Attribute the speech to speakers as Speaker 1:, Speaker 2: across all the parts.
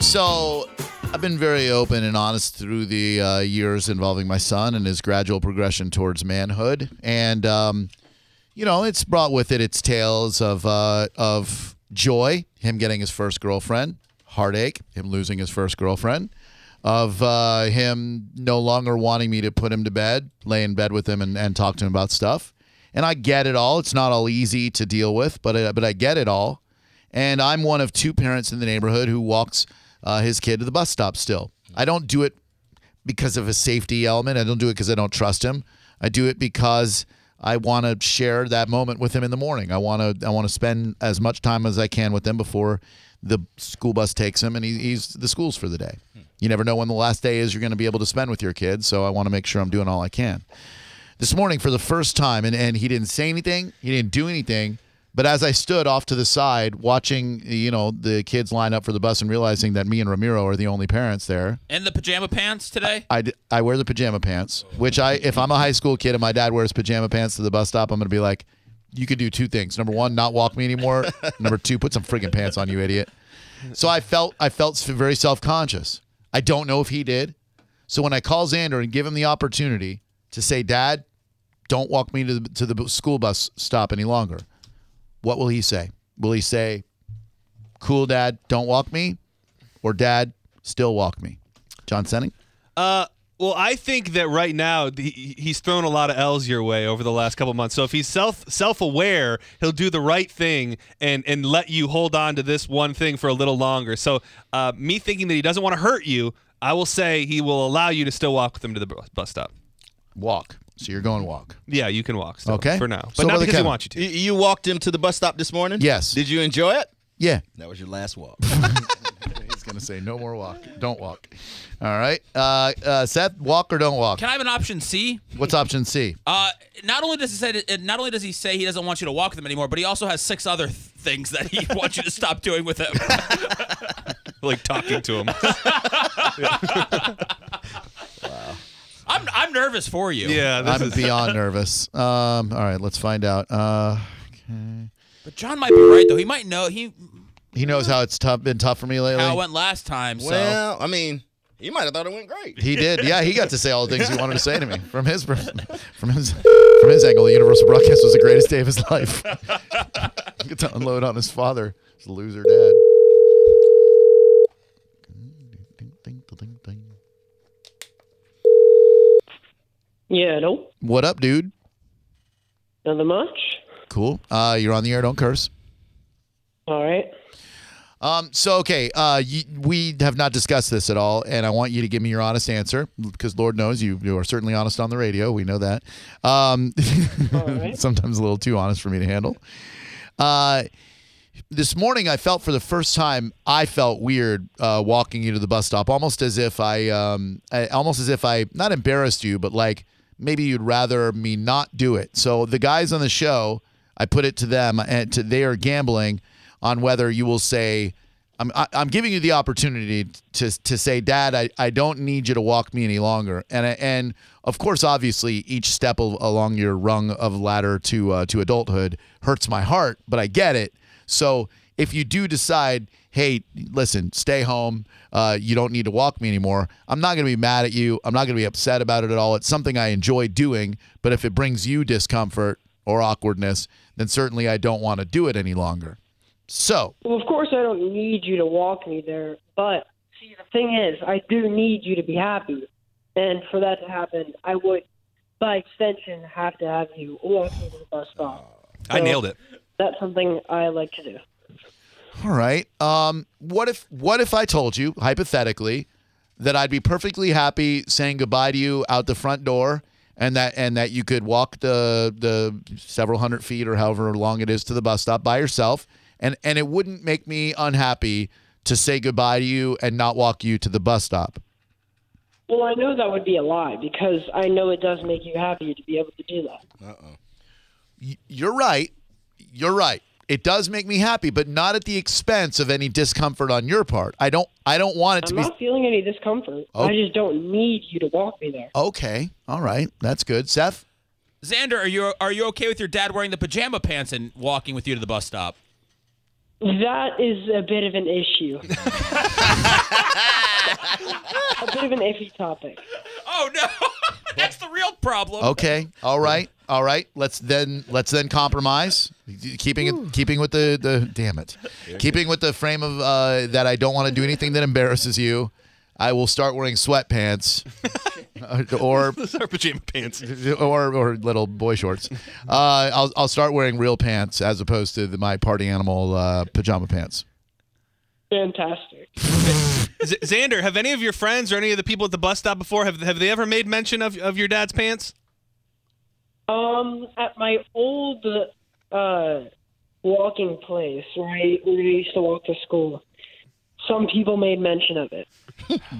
Speaker 1: So I've been very open and honest through the uh, years involving my son and his gradual progression towards manhood, and um, you know, it's brought with it its tales of uh, of joy, him getting his first girlfriend, heartache, him losing his first girlfriend, of uh, him no longer wanting me to put him to bed, lay in bed with him, and, and talk to him about stuff. And I get it all. It's not all easy to deal with, but uh, but I get it all. And I'm one of two parents in the neighborhood who walks uh, his kid to the bus stop still. I don't do it because of a safety element. I don't do it because I don't trust him. I do it because I want to share that moment with him in the morning. I want to I want to spend as much time as I can with him before the school bus takes him and he, he's the school's for the day. You never know when the last day is you're going to be able to spend with your kids, so I want to make sure I'm doing all I can this morning for the first time and, and he didn't say anything he didn't do anything but as i stood off to the side watching you know the kids line up for the bus and realizing that me and ramiro are the only parents there
Speaker 2: And the pajama pants today?
Speaker 1: i, d- I wear the pajama pants which i if i'm a high school kid and my dad wears pajama pants to the bus stop i'm gonna be like you could do two things number one not walk me anymore number two put some friggin' pants on you idiot so i felt i felt very self-conscious i don't know if he did so when I call Xander and give him the opportunity to say, "Dad, don't walk me to the, to the bu- school bus stop any longer," what will he say? Will he say, "Cool, Dad, don't walk me," or "Dad, still walk me"? John Senning.
Speaker 3: Uh, well, I think that right now th- he, he's thrown a lot of L's your way over the last couple months. So if he's self self aware, he'll do the right thing and and let you hold on to this one thing for a little longer. So uh, me thinking that he doesn't want to hurt you, I will say he will allow you to still walk with him to the bu- bus stop.
Speaker 1: Walk. So you're going walk.
Speaker 3: Yeah, you can walk. Still,
Speaker 1: Okay.
Speaker 3: for now, but
Speaker 1: So
Speaker 3: not
Speaker 1: Brother
Speaker 3: because
Speaker 1: Kevin.
Speaker 3: he wants you to.
Speaker 4: You, you walked him to the bus stop this morning?
Speaker 1: Yes.
Speaker 4: Did you enjoy it?
Speaker 1: Yeah.
Speaker 4: That was your last walk.
Speaker 1: He's gonna say no more walk. Don't walk. All right. Uh, uh, Seth, walk or don't walk.
Speaker 2: Can I have an option C?
Speaker 1: What's option C?
Speaker 2: Uh, not only does he say uh, not only does he say he doesn't want you to walk with him anymore, but he also has six other th- things that he wants you to stop doing with him.
Speaker 3: Like talking to him.
Speaker 2: I'm I'm nervous for you.
Speaker 3: yeah, this
Speaker 1: I'm
Speaker 3: is.
Speaker 1: beyond nervous. Um, all right. Let's find out. Uh,
Speaker 2: But John might be right though. He might know he
Speaker 1: he knows how it's tough been tough for me lately.
Speaker 2: how it went last time. So
Speaker 4: well, I mean, you might have thought it went great.
Speaker 1: He did. Yeah, he got to say all the things he wanted to say to me from his pers- from his from his angle. The Universal broadcast was the greatest day of his life. he got to unload on his father, his loser dad.
Speaker 5: Yeah, no,
Speaker 1: What up, dude?
Speaker 5: nothing much.
Speaker 1: Cool. Uh, you're on the air. Don't curse.
Speaker 5: All right.
Speaker 1: Um, so okay, uh, y we have not discussed this at all, and I want you to give me your honest answer because Lord knows you you are certainly honest on the radio. We know that. Um,
Speaker 5: Alright.
Speaker 1: sometimes a little too honest for me to handle. Uh, this morning, I felt for the first time I felt weird uh, walking you to the bus stop, almost as if I, um, I, almost as if I not embarrassed you, but like maybe you'd rather me not do it. So the guys on the show, I put it to them, and to, they are gambling on whether you will say. I'm, I- I'm giving you the opportunity to, to say, Dad, I, I don't need you to walk me any longer. And I, and of course, obviously, each step al- along your rung of ladder to uh, to adulthood hurts my heart, but I get it. So if you do decide, hey, listen, stay home. Uh, you don't need to walk me anymore. I'm not going to be mad at you. I'm not going to be upset about it at all. It's something I enjoy doing. But if it brings you discomfort or awkwardness, then certainly I don't want to do it any longer. So
Speaker 5: Well, of course, I don't need you to walk me there, but see, the thing is, I do need you to be happy, and for that to happen, I would, by extension, have to have you walk me to the bus stop.
Speaker 3: I nailed it.
Speaker 5: That's something I like to do.
Speaker 1: All right. Um, what if what if I told you hypothetically that I'd be perfectly happy saying goodbye to you out the front door, and that and that you could walk the the several hundred feet or however long it is to the bus stop by yourself, and and it wouldn't make me unhappy to say goodbye to you and not walk you to the bus stop.
Speaker 5: Well, I know that would be a lie because I know it does make you happy to be able to do that.
Speaker 1: Y- You're right. You're right. It does make me happy, but not at the expense of any discomfort on your part. I don't. I don't want it to
Speaker 5: I'm
Speaker 1: be.
Speaker 5: not feeling any discomfort.
Speaker 1: Oh.
Speaker 5: I just don't need you to walk me there.
Speaker 1: Okay. All right. That's good, Seth.
Speaker 2: Xander, are you are you okay with your dad wearing the pajama pants and walking with you to the bus stop?
Speaker 5: That is a bit of an issue. a bit of an iffy topic.
Speaker 2: Oh no, that's the real problem.
Speaker 3: Oh,
Speaker 1: Okay. All right. All right. Let's then let's then compromise. Keeping it keeping with the the damn it. Keeping with the frame of uh, that I don't want to do anything that embarrasses you. I will start wearing sweatpants uh, or
Speaker 3: Those are pajama pants.
Speaker 1: or or little boy shorts. Uh, I'll I'll start wearing real pants as opposed to the, my party animal uh, pajama pants.
Speaker 5: Fantastic.
Speaker 3: Z- Xander, have any of your friends or any of the people at the bus stop before have have they ever made mention of, of your dad's pants?
Speaker 5: Um, at my old uh, walking place, right, where I used to walk to school, some people made mention of it.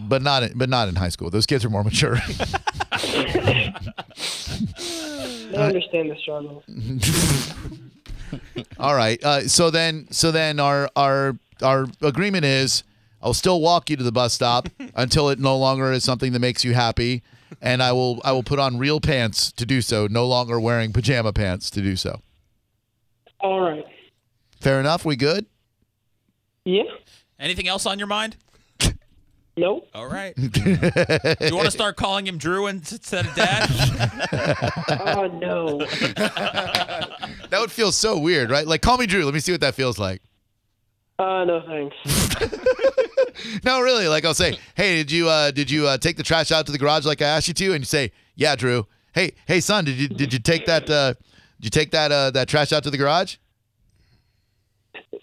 Speaker 1: But not in, but not in high school. Those kids are more mature.
Speaker 5: They
Speaker 4: Uh,
Speaker 5: understand the struggle.
Speaker 1: All right. Uh, so then, so then, our our our agreement is, I'll still walk you to the bus stop until it no longer is something that makes you happy, and I will I will put on real pants to do so. No longer wearing pajama pants to do so.
Speaker 5: All right.
Speaker 1: Fair enough. We good?
Speaker 5: Yeah.
Speaker 2: Anything else on your mind?
Speaker 5: Nope.
Speaker 2: All right. Do you want to start calling him Drew instead of Dad?
Speaker 5: Oh no.
Speaker 1: That would feel so weird, right? Like, call me Drew. Let me see what that feels like.
Speaker 5: Uh, no thanks.
Speaker 1: No, really. Like, I'll say, hey, did you uh, did you uh, take the trash out to the garage like I asked you to? And you say, yeah, Drew. Hey, hey, son, did you did you take that uh, did you take that uh, that trash out to the garage?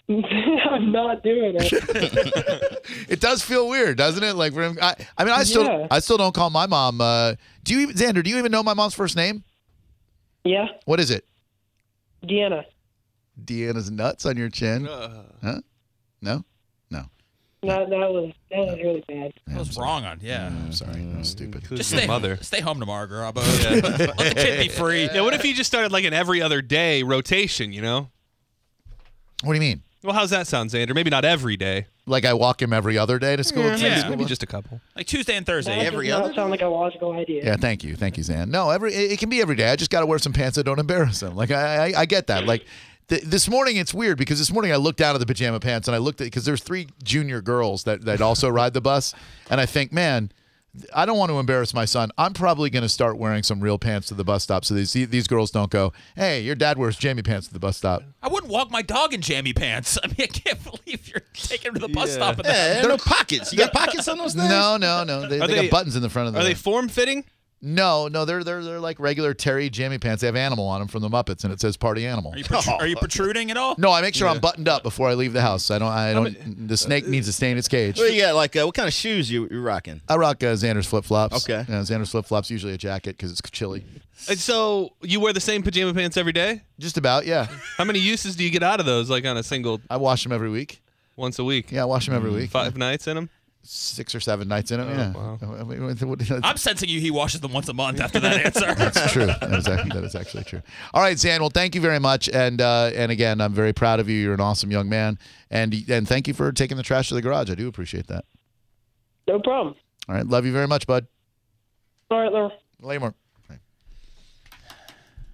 Speaker 5: I'm not doing it.
Speaker 1: It does feel weird, doesn't it? Like, we're- I, I mean, I still,
Speaker 5: Yeah.
Speaker 1: I still don't call my mom. Uh, do you, even, Xander? Do you even know my mom's first name?
Speaker 5: Yeah,
Speaker 1: What is it?
Speaker 5: Deanna.
Speaker 1: Deanna's nuts on your chin. Huh? No.
Speaker 5: That that was that was really bad.
Speaker 2: I was wrong on. Yeah.
Speaker 1: I'm sorry. That was stupid.
Speaker 2: Just stay,
Speaker 3: mother.
Speaker 2: stay home tomorrow, girl. But Let the kid be free.
Speaker 3: Yeah, what if you just started like an every other day rotation, you know?
Speaker 1: What do you mean?
Speaker 3: Well, how's that sound, Xander? Maybe not every day.
Speaker 1: Like I walk him every other day to school.
Speaker 2: Yeah.
Speaker 1: Maybe-
Speaker 3: Maybe just a couple.
Speaker 2: Like Tuesday and
Speaker 5: That
Speaker 2: Thursday.
Speaker 5: does
Speaker 4: every
Speaker 5: not
Speaker 4: other
Speaker 5: sound like a logical idea.
Speaker 1: Yeah, thank you, thank you, Zan. No, every it, it can be every day. I just got to wear some pants that don't embarrass him. Like I, I, I get that. Like th- this morning, it's weird because this morning I looked down at the pajama pants and I looked at because there's three junior girls that that also ride the bus, and I think, man. I don't want to embarrass my son. I'm probably going to start wearing some real pants to the bus stop so these these girls don't go, "Hey, your dad wears jammy pants to the bus stop."
Speaker 2: I wouldn't walk my dog in jammy pants. I mean, I can't believe you're taking him to the bus
Speaker 3: Yeah.
Speaker 2: stop. With that.
Speaker 4: Yeah, there are no pockets. You got pockets on those things?
Speaker 1: No, no, no. They, they,
Speaker 3: they-
Speaker 1: got buttons in the front of them.
Speaker 3: Are they form fitting?
Speaker 1: no, no. They're they're they're like regular terry jammy pants. They have animal on them from the Muppets, and it says "Party Animal."
Speaker 2: Are you, protr- are you protruding at all?
Speaker 1: No, I make sure I'm buttoned up before I leave the house. I don't. I don't. the snake needs to stay in its cage.
Speaker 4: What you got? Like, uh, what kind of shoes you you rocking?
Speaker 1: I rock uh, Xander's flip flops.
Speaker 4: Okay.
Speaker 1: Xander's flip flops usually a jacket because it's chilly.
Speaker 3: And Uh, so you wear the same pajama pants every day?
Speaker 1: Just about. Yeah.
Speaker 3: How many uses do you get out of those, like on a single
Speaker 1: I wash them every week.
Speaker 3: once a week?
Speaker 1: Yeah, I wash them every week.
Speaker 3: Five nights in them?
Speaker 1: Six or seven nights in them. yeah.
Speaker 3: wow.
Speaker 1: I mean, what- what-
Speaker 2: I'm sensing you. He washes them once a month after that answer.
Speaker 1: That's true. That is, actually, that is actually true. All right, Zan. Well, thank you very much, and uh, and again, I'm very proud of you. You're an awesome young man, and and thank you for taking the trash to the garage. I do appreciate that.
Speaker 5: No problem.
Speaker 1: All right, love you very much, bud.
Speaker 5: All right, Laura.
Speaker 1: Laymore.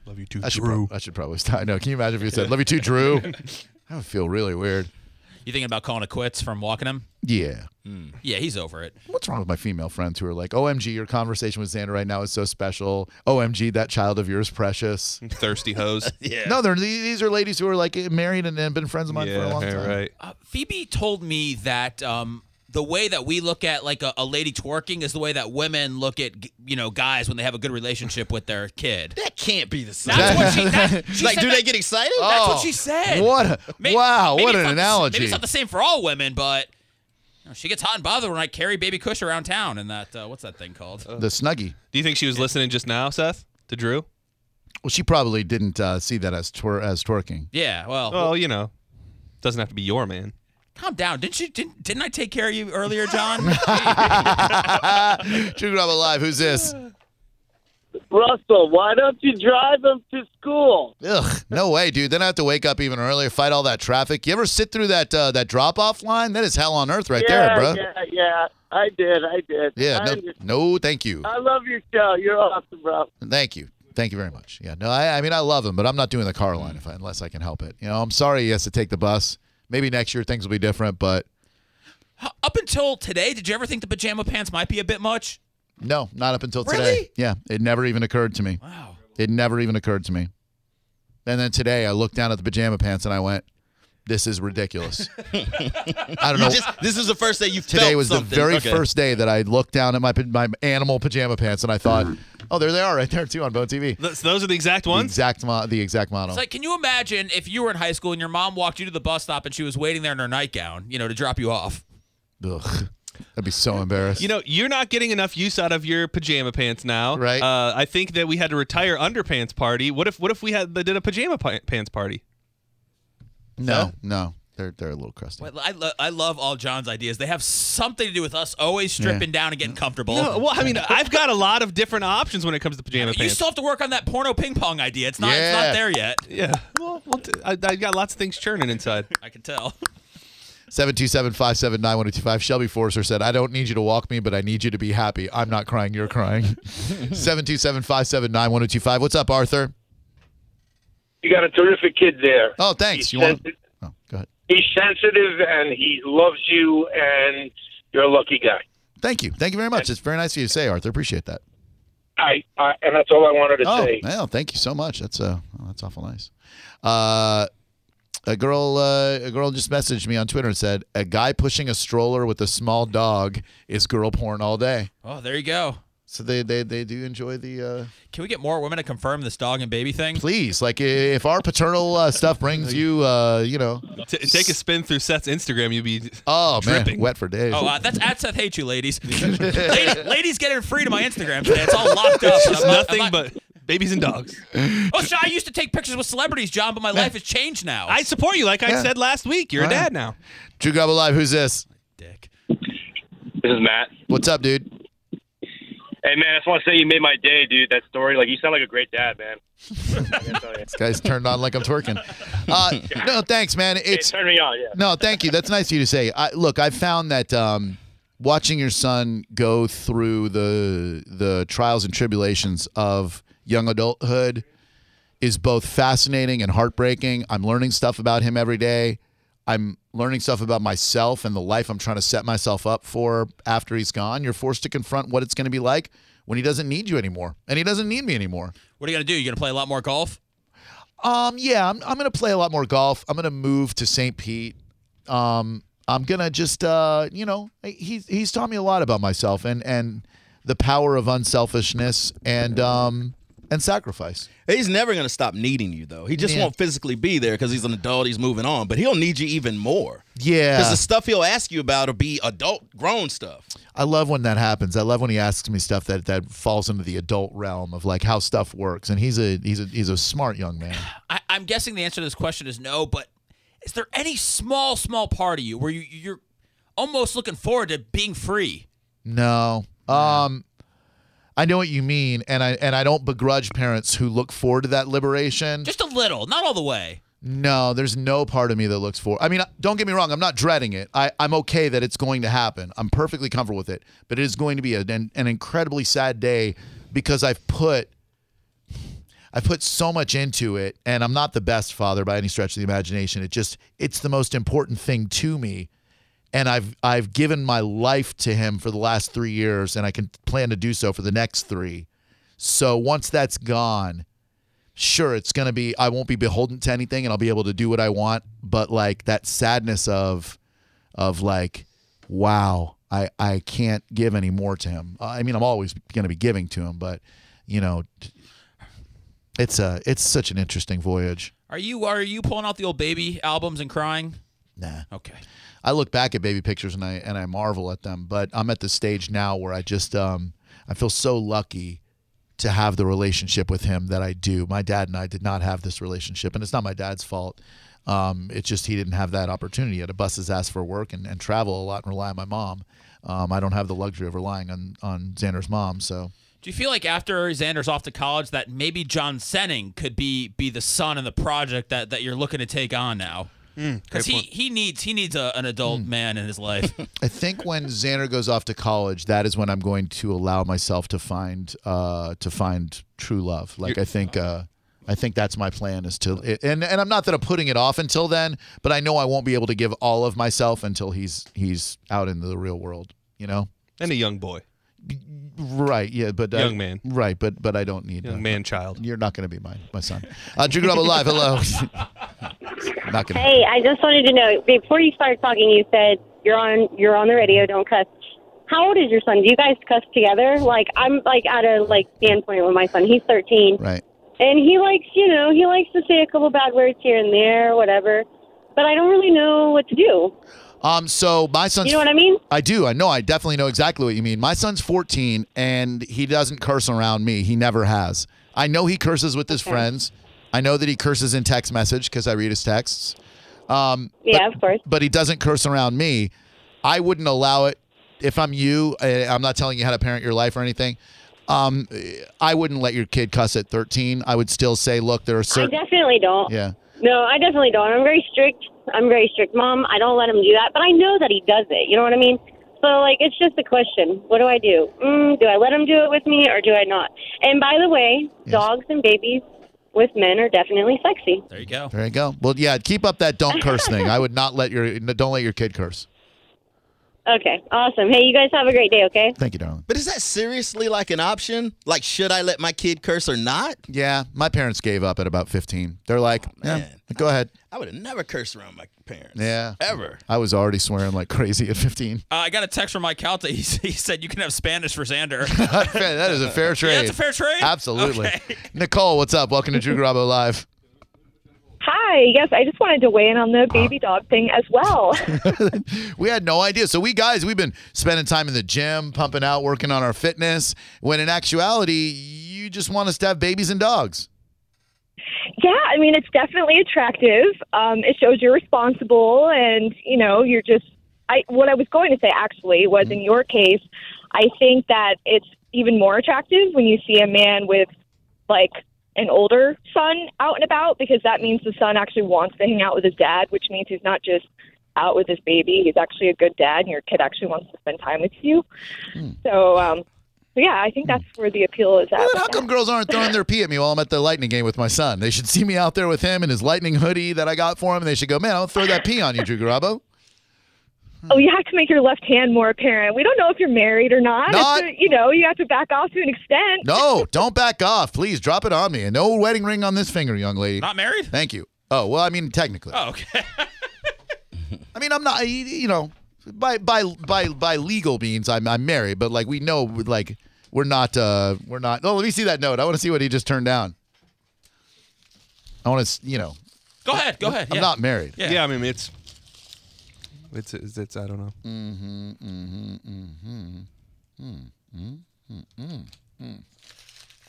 Speaker 3: Love you too,
Speaker 1: I should, prob- I should probably stop. I know. Can you imagine if you said, "Love you too, Drew"? I would feel really weird.
Speaker 2: You thinking about calling it quits from walking him?
Speaker 1: Yeah.
Speaker 2: Yeah, he's over it.
Speaker 1: What's wrong with my female friends who are like, "OMG, your conversation with Xander right now is so special." OMG, that child of yours, precious.
Speaker 3: Thirsty hose.
Speaker 4: Yeah.
Speaker 1: No, they're these these are ladies who are like married and, and been friends of mine for a long
Speaker 3: yeah,
Speaker 1: time.
Speaker 3: right.
Speaker 2: Uh, Phoebe told me that um, the way that we look at like a, a lady twerking is the way that women look at g- you know guys when they have a good relationship with their kid.
Speaker 4: That can't be the same.
Speaker 2: That's what she. That, she
Speaker 4: like,
Speaker 2: said
Speaker 4: do
Speaker 2: that-
Speaker 4: they get excited?
Speaker 2: That's
Speaker 1: Oh,
Speaker 2: what she said.
Speaker 1: What? A,
Speaker 2: May-
Speaker 1: wow!
Speaker 2: maybe
Speaker 1: What
Speaker 2: it's
Speaker 1: an
Speaker 2: not the s-
Speaker 1: analogy.
Speaker 2: Maybe it's not the same for all women, but you know, she gets hot and bothered when I carry baby Kush around town and that uh, what's that thing called?
Speaker 1: the snuggie.
Speaker 3: Do you think she was listening just now, Seth, to Drew?
Speaker 1: Well, she probably didn't uh, see that as twer- as twerking.
Speaker 2: yeah. Well,
Speaker 3: Well, you know, doesn't have to be your man.
Speaker 2: calm down. Didn't you? Didn't, didn't I take care of you earlier, John?
Speaker 1: Drew Grubba live. Who's this?
Speaker 6: Russell, why don't you drive him to school?
Speaker 1: Ugh, no way, dude. Then I have to wake up even earlier, fight all that traffic. You ever sit through that uh, that drop off line? That is hell on earth right
Speaker 6: yeah,
Speaker 1: there, bro.
Speaker 6: yeah, yeah. I did, I did.
Speaker 1: Yeah,
Speaker 6: I, Uh,
Speaker 1: no,
Speaker 6: under-
Speaker 1: no, thank you,
Speaker 6: I love your show. You're awesome, bro.
Speaker 1: thank you, thank you very much. Yeah, no, I, I mean I love him, but I'm not doing the car line if I, unless I can help it. You know, I'm sorry he has to take the bus, Maybe next year things will be different, but
Speaker 2: H- Up until today, did you ever think the pajama pants might be a bit much?
Speaker 1: no, not up until today.
Speaker 2: Really?
Speaker 1: Yeah, it never even occurred to me.
Speaker 2: Wow.
Speaker 1: It never even occurred to me. And then today I looked down at the pajama pants and I went, this is ridiculous. I don't know.
Speaker 4: Just, this is the first day you've
Speaker 1: today
Speaker 4: felt
Speaker 1: was the
Speaker 4: something.
Speaker 1: very
Speaker 4: Okay.
Speaker 1: first day that I looked down at my pa- my animal pajama pants and I thought, oh, there they are right there too on Bone TV.
Speaker 3: Th- so those are the exact
Speaker 1: The
Speaker 3: ones.
Speaker 1: exact mo- the exact model.
Speaker 2: It's like, can you imagine if you were in high school and your mom walked you to the bus stop and she was waiting there in her nightgown, you know, to drop you off?
Speaker 1: Ugh. I'd be so embarrassed.
Speaker 3: You know, you're not getting enough use out of your pajama pants now.
Speaker 1: Right.
Speaker 3: Uh, I think that we had to retire underpants party. What if what if we had they did a pajama pa- pants party?
Speaker 1: no, no, they're they're a little crusty.
Speaker 2: Well, I, lo- I love all John's ideas. They have something to do with us always stripping down and getting comfortable.
Speaker 3: No, well, I mean, I've got a lot of different options when it comes to pajama
Speaker 2: you
Speaker 3: pants.
Speaker 2: still have to work on that porno ping pong idea. It's not, it's
Speaker 1: Yeah.
Speaker 2: not there yet.
Speaker 3: yeah. Well, we'll t- I, I got lots of things churning inside.
Speaker 2: I can tell.
Speaker 1: Seven two seven five seven nine one two five. Shelby Forrester said, "I don't need you to walk me, but I need you to be happy. I'm not crying, you're crying." Seven two seven five seven nine one two two five. What's up, Arthur?
Speaker 7: You got a terrific kid there.
Speaker 1: Oh, thanks.
Speaker 7: He's
Speaker 1: You want?
Speaker 7: sensitive-
Speaker 1: Oh, go ahead.
Speaker 7: He's sensitive and he loves you, and you're a lucky guy.
Speaker 1: Thank you. Thank you very much. It's very nice of you to say, Arthur. Appreciate that.
Speaker 7: I, I and that's all I wanted to
Speaker 1: Oh,
Speaker 7: say.
Speaker 1: well, thank you so much. That's uh, oh, that's awful nice. Uh, a girl, uh, a girl just messaged me on Twitter and said, "A guy pushing a stroller with a small dog is girl porn all day."
Speaker 2: Oh, there you go.
Speaker 1: So they they, they do enjoy the. Uh,
Speaker 2: Can we get more women to confirm this dog and baby thing?
Speaker 1: please, like i- if our paternal uh, stuff brings you, uh, you know,
Speaker 3: T- take a spin through Seth's Instagram. You'd be.
Speaker 1: oh man,
Speaker 3: Dripping.
Speaker 1: wet for days.
Speaker 2: Oh, uh, that's at Seth Hate You, ladies. Lady, ladies getting free to my Instagram today. It's all locked up.
Speaker 3: It's
Speaker 2: I'm not- I'm
Speaker 3: nothing
Speaker 2: not-
Speaker 3: but babies and dogs.
Speaker 2: Oh, so I used to take pictures with celebrities, John, but my life has changed now.
Speaker 3: I support you, like I
Speaker 1: Yeah.
Speaker 3: said last week. You're
Speaker 1: Wow.
Speaker 3: a dad now.
Speaker 1: Drew Grub Alive, who's this?
Speaker 2: dick.
Speaker 8: This is Matt.
Speaker 1: What's up, dude?
Speaker 8: Hey man, I just want to say you made my day, dude. That story, like you sound like a great dad, man. I gotta tell you.
Speaker 1: This guy's turned on like I'm twerking. Uh, no, thanks, man.
Speaker 8: Hey,
Speaker 1: It's
Speaker 8: turn me on, yeah.
Speaker 1: no, thank you. That's nice of you to say. I, look, I found that um, watching your son go through the the trials and tribulations of young adulthood is both fascinating and heartbreaking. I'm learning stuff about him every day. I'm learning stuff about myself and the life I'm trying to set myself up for after he's gone. You're forced to confront what it's going to be like when he doesn't need you anymore, and he doesn't need me anymore.
Speaker 2: What are you gonna do? You gonna play a lot more golf?
Speaker 1: Um, yeah, I'm, I'm gonna play a lot more golf. I'm gonna move to St. Pete. Um, I'm gonna just, uh, you know, he's he's taught me a lot about myself and and the power of unselfishness and um and sacrifice.
Speaker 4: He's never going to stop needing you, though. He just
Speaker 1: Yeah.
Speaker 4: won't physically be there because he's an adult. He's moving on, but he'll need you even more because
Speaker 1: Yeah,
Speaker 4: the stuff he'll ask you about will be adult, grown stuff.
Speaker 1: I love when that happens. I love when he asks me stuff that that falls into the adult realm of like how stuff works. And he's a he's a he's a smart young man.
Speaker 2: I, I'm guessing the answer to this question is no, but is there any small, small part of you where you you're almost looking forward to being free?
Speaker 1: No. Um I know what you mean and I and I don't begrudge parents who look forward to that liberation.
Speaker 2: Just a little, not all the way.
Speaker 1: No, there's no part of me that looks for. I mean, don't get me wrong. I'm not dreading it. I, I'm okay that it's going to happen. I'm perfectly comfortable with it. But it is going to be an, an incredibly sad day because I've put I put so much into it, and I'm not the best father by any stretch of the imagination. It just it's the most important thing to me, and I've I've given my life to him for the last three years, and I can plan to do so for the next three. So once that's gone, sure it's going to be i won't be beholden to anything and i'll be able to do what i want but like that sadness of of like wow i i can't give any more to him i mean i'm always going to be giving to him but you know it's a it's such an interesting voyage
Speaker 2: Are you are you pulling out the old baby albums and crying?
Speaker 1: nah
Speaker 2: Okay.
Speaker 1: I look back at baby pictures and I and I marvel at them, but I'm at the stage now where I just um I feel so lucky to have the relationship with him that I do. My dad and I did not have this relationship, and it's not my dad's fault. Um, it's just he didn't have that opportunity. He had to bust his ass for work and, and travel a lot and rely on my mom. Um, I don't have the luxury of relying on on Xander's mom, so
Speaker 2: Do you feel like after Xander's off to college that maybe John Senning could be be the son and the project that, that you're looking to take on now? Because he, he needs he needs a, an adult man in his life. Uh,
Speaker 1: I think when Xander goes off to college, that is when I'm going to allow myself to find uh, to find true love. Like I think uh, I think that's my plan is to and and I'm not that I'm putting it off until then, but I know I won't be able to give all of myself until he's he's out into the real world, you know.
Speaker 3: And a young boy,
Speaker 1: Right, yeah, but uh,
Speaker 3: Young man.
Speaker 1: Right, but but I don't need
Speaker 3: young
Speaker 1: uh,
Speaker 3: man child.
Speaker 1: You're not going to be mine, my son. Uh, Drew Grubble live. Hello. not going
Speaker 9: Hey, I just wanted to know before you started talking, you said you're on you're on the radio. Don't cuss. How old is your son? Do you guys cuss together? Like I'm like at a like standpoint with my son. He's 13,
Speaker 1: Right.
Speaker 9: and he likes you know he likes to say a couple bad words here and there, whatever. But I don't really know what to do.
Speaker 1: Um. So my son's.
Speaker 9: You know what I mean?
Speaker 1: I do. I know. I definitely know exactly what you mean. My son's 14 and he doesn't curse around me. He never has. I know he curses with his friends. I know that he curses in text message because I read his texts. Um,
Speaker 9: Yeah, of course.
Speaker 1: but he doesn't curse around me. I wouldn't allow it if I'm you. I- I'm not telling you how to parent your life or anything. Um, I wouldn't let your kid cuss at 13. I would still say, look, there are
Speaker 9: I
Speaker 1: certain.
Speaker 9: definitely don't.
Speaker 1: Yeah.
Speaker 9: No, I definitely don't. I'm very strict. I'm very strict, mom. I don't let him do that, but I know that he does it. You know what I mean? So like, it's just a question. What do I do? Mm, do I let him do it with me or do I not? And by the way, dogs and babies with men are definitely sexy.
Speaker 2: There you go.
Speaker 1: There you go. Well, yeah. Keep up that don't curse thing. I would not let your don't let your kid curse.
Speaker 9: Okay, awesome. Hey, you guys have a great day. Okay.
Speaker 1: Thank you, darling.
Speaker 4: But is that seriously like an option? Like, should I let my kid curse or not?
Speaker 1: Yeah, my parents gave up at about 15. They're
Speaker 2: Oh,
Speaker 1: like, yeah,
Speaker 4: man.
Speaker 1: go ahead.
Speaker 4: I would have never cursed around my parents.
Speaker 1: Yeah.
Speaker 4: Ever.
Speaker 1: I was already swearing like crazy at 15.
Speaker 2: Uh, I got a text from Mike Calta. He, s- he said you can have Spanish for Xander.
Speaker 1: that is a fair trade.
Speaker 2: that's a fair trade?
Speaker 1: Absolutely.
Speaker 2: Okay.
Speaker 1: Nicole, what's up? Welcome to Drew Garabo Live.
Speaker 10: Hi. Yes, I just wanted to weigh in on the baby dog thing as well.
Speaker 1: We had no idea. So we guys, we've been spending time in the gym, pumping out, working on our fitness, when in actuality, you just want us to have babies and dogs.
Speaker 10: yeah, I mean, it's definitely attractive. Um, it shows you're responsible, and you know, you're just. I what I was going to say actually was
Speaker 1: Mm-hmm.
Speaker 10: in your case, I think that it's even more attractive when you see a man with like an older son out and about because that means the son actually wants to hang out with his dad, which means he's not just out with his baby. He's actually a good dad, and your kid actually wants to spend time with you. So, um, so yeah, I think that's where the appeal is
Speaker 1: Hmm.
Speaker 10: at.
Speaker 1: Well,
Speaker 10: with
Speaker 1: then how
Speaker 10: that.
Speaker 1: come girls aren't throwing their pee at me while I'm at the lightning game with my son? They should see me out there with him in his lightning hoodie that I got for him, and they should go, man, I'll throw that pee on you, Drew Garabo.
Speaker 10: Oh, you have to make your left hand more apparent. We don't know if you're married or not. It's
Speaker 1: Not-
Speaker 10: a- you know, you have to back off to an extent.
Speaker 1: No, don't back off. Please drop it on me. And no wedding ring on this finger, young lady.
Speaker 2: Not married?
Speaker 1: Thank you. Oh, well, I mean, technically.
Speaker 2: Oh, okay.
Speaker 1: I mean, I'm not, I- you know, by by by by legal means, I'm, I'm married, but like we know, like we're not, uh we're not. Oh, let me see that note. I want to see what he just turned down. I want to, you know,
Speaker 2: Go ahead. Go ahead.
Speaker 1: I'm
Speaker 2: yeah.
Speaker 1: not married.
Speaker 2: Yeah.
Speaker 3: Yeah, I mean it's it's it's, it's I don't know.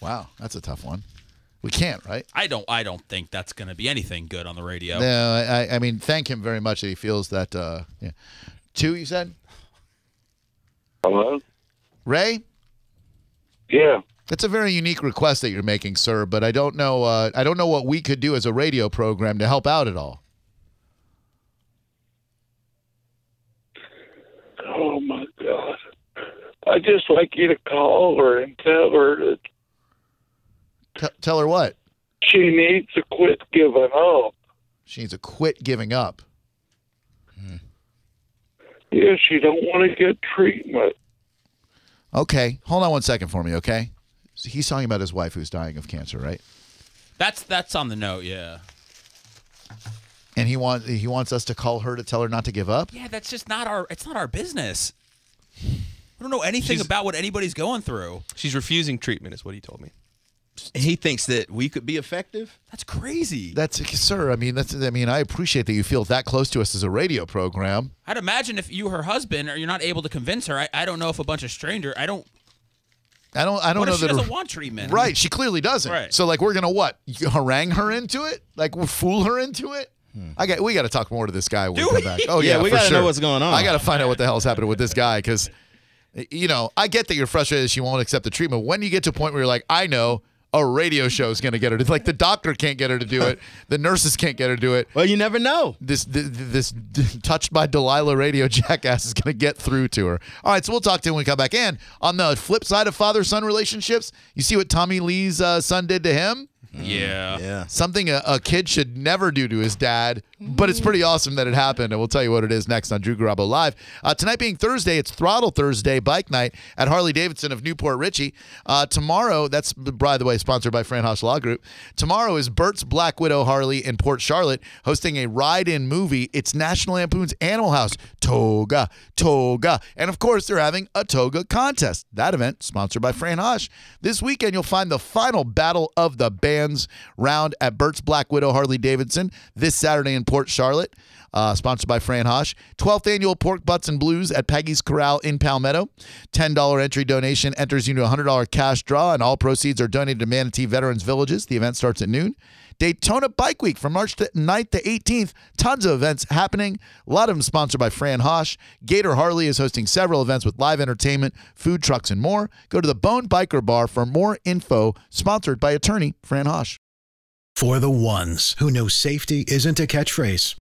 Speaker 1: Wow, that's a tough one. We can't, right?
Speaker 2: I don't. I don't think that's going to be anything good on the radio.
Speaker 1: No, I, I mean, thank him very much that he feels that. uh yeah. Two, you said?
Speaker 7: Hello?
Speaker 1: Ray?
Speaker 7: Yeah.
Speaker 1: That's a very unique request that you're making, sir. But I don't know. Uh, I don't know what we could do as a radio program to help out at all.
Speaker 7: Oh my God. I just like you to call her and tell her that
Speaker 1: T- tell her what
Speaker 7: she needs to quit giving up.
Speaker 1: she needs to quit giving up.
Speaker 7: Yeah, she don't want to get treatment.
Speaker 1: Okay, hold on one second for me. Okay, so he's talking about his wife who's dying of cancer, right?
Speaker 2: That's that's on the note. Yeah.
Speaker 1: And he wants he wants us to call her to tell her not to give up.
Speaker 2: Yeah. That's just not our. It's not our business. We don't know anything
Speaker 3: She's-
Speaker 2: about what anybody's going through.
Speaker 3: She's refusing treatment, is what he told me.
Speaker 4: He thinks that we could be effective.
Speaker 2: That's crazy.
Speaker 1: That's sir. I mean, that's I mean, I appreciate that you feel that close to us as a radio program.
Speaker 2: I'd imagine if you, her husband, or you're not able to convince her. I, I don't know if a bunch of stranger. I don't.
Speaker 1: I don't I don't
Speaker 2: What
Speaker 1: know
Speaker 2: if she
Speaker 1: that.
Speaker 2: doesn't want treatment?
Speaker 1: Right, she clearly doesn't.
Speaker 2: Right.
Speaker 1: So like, we're gonna what harangue her into it? Like, we'll fool her into it? I got. We got to talk more to this guy when
Speaker 2: Do
Speaker 1: we
Speaker 2: we?
Speaker 1: come back. Oh yeah,
Speaker 4: Yeah, Hmm. we
Speaker 1: got
Speaker 4: gotta
Speaker 1: to
Speaker 4: know what's going on.
Speaker 1: I got to find out what the hell's happening with this guy because, you know, I get that you're frustrated she won't accept the treatment. When you get to a point where you're like, I know a radio show's gonna get her. to Like the doctor can't get her to do it. the nurses can't get her to do it.
Speaker 4: Well, you never know.
Speaker 1: This th- th- this d- touched by Delilah radio jackass is going to get through to her. All right, so we'll talk to him when we come back. And on the flip side of father son relationships, you see what Tommy Lee's uh, son did to him.
Speaker 2: Yeah.
Speaker 4: Yeah.
Speaker 1: Something a, a kid should never do to his dad, but it's pretty awesome that it happened. And we'll tell you what it is next on Drew Garabo Live. Uh, tonight being Thursday, it's Throttle Thursday bike night at Harley Davidson of Newport Ritchie. Uh, tomorrow, that's by the way sponsored by Fran Hosh Law Group. Tomorrow is Burt's Black Widow Harley in Port Charlotte hosting a ride in movie. It's National Lampoon's Animal House. Toga, toga. And of course, they're having a toga contest. That event sponsored by Fran Hosh. This weekend, you'll find the final battle of the bands round at Burt's Black Widow Harley Davidson this Saturday in Port Charlotte, uh, sponsored by Fran Hosh. 12th annual Pork Butts and Blues at Peggy's Corral in Palmetto. $10 entry donation enters you into a $100 cash draw, and all proceeds are donated to Manatee Veterans Villages. The event starts at noon. Daytona Bike Week from March th- 9th to 18th. Tons of events happening. A lot of them sponsored by Fran Hosh. Gator Harley is hosting several events with live entertainment, food trucks, and more. Go to the Bone Biker Bar for more info, sponsored by attorney Fran Hosh.
Speaker 10: For the ones who know safety isn't a catchphrase,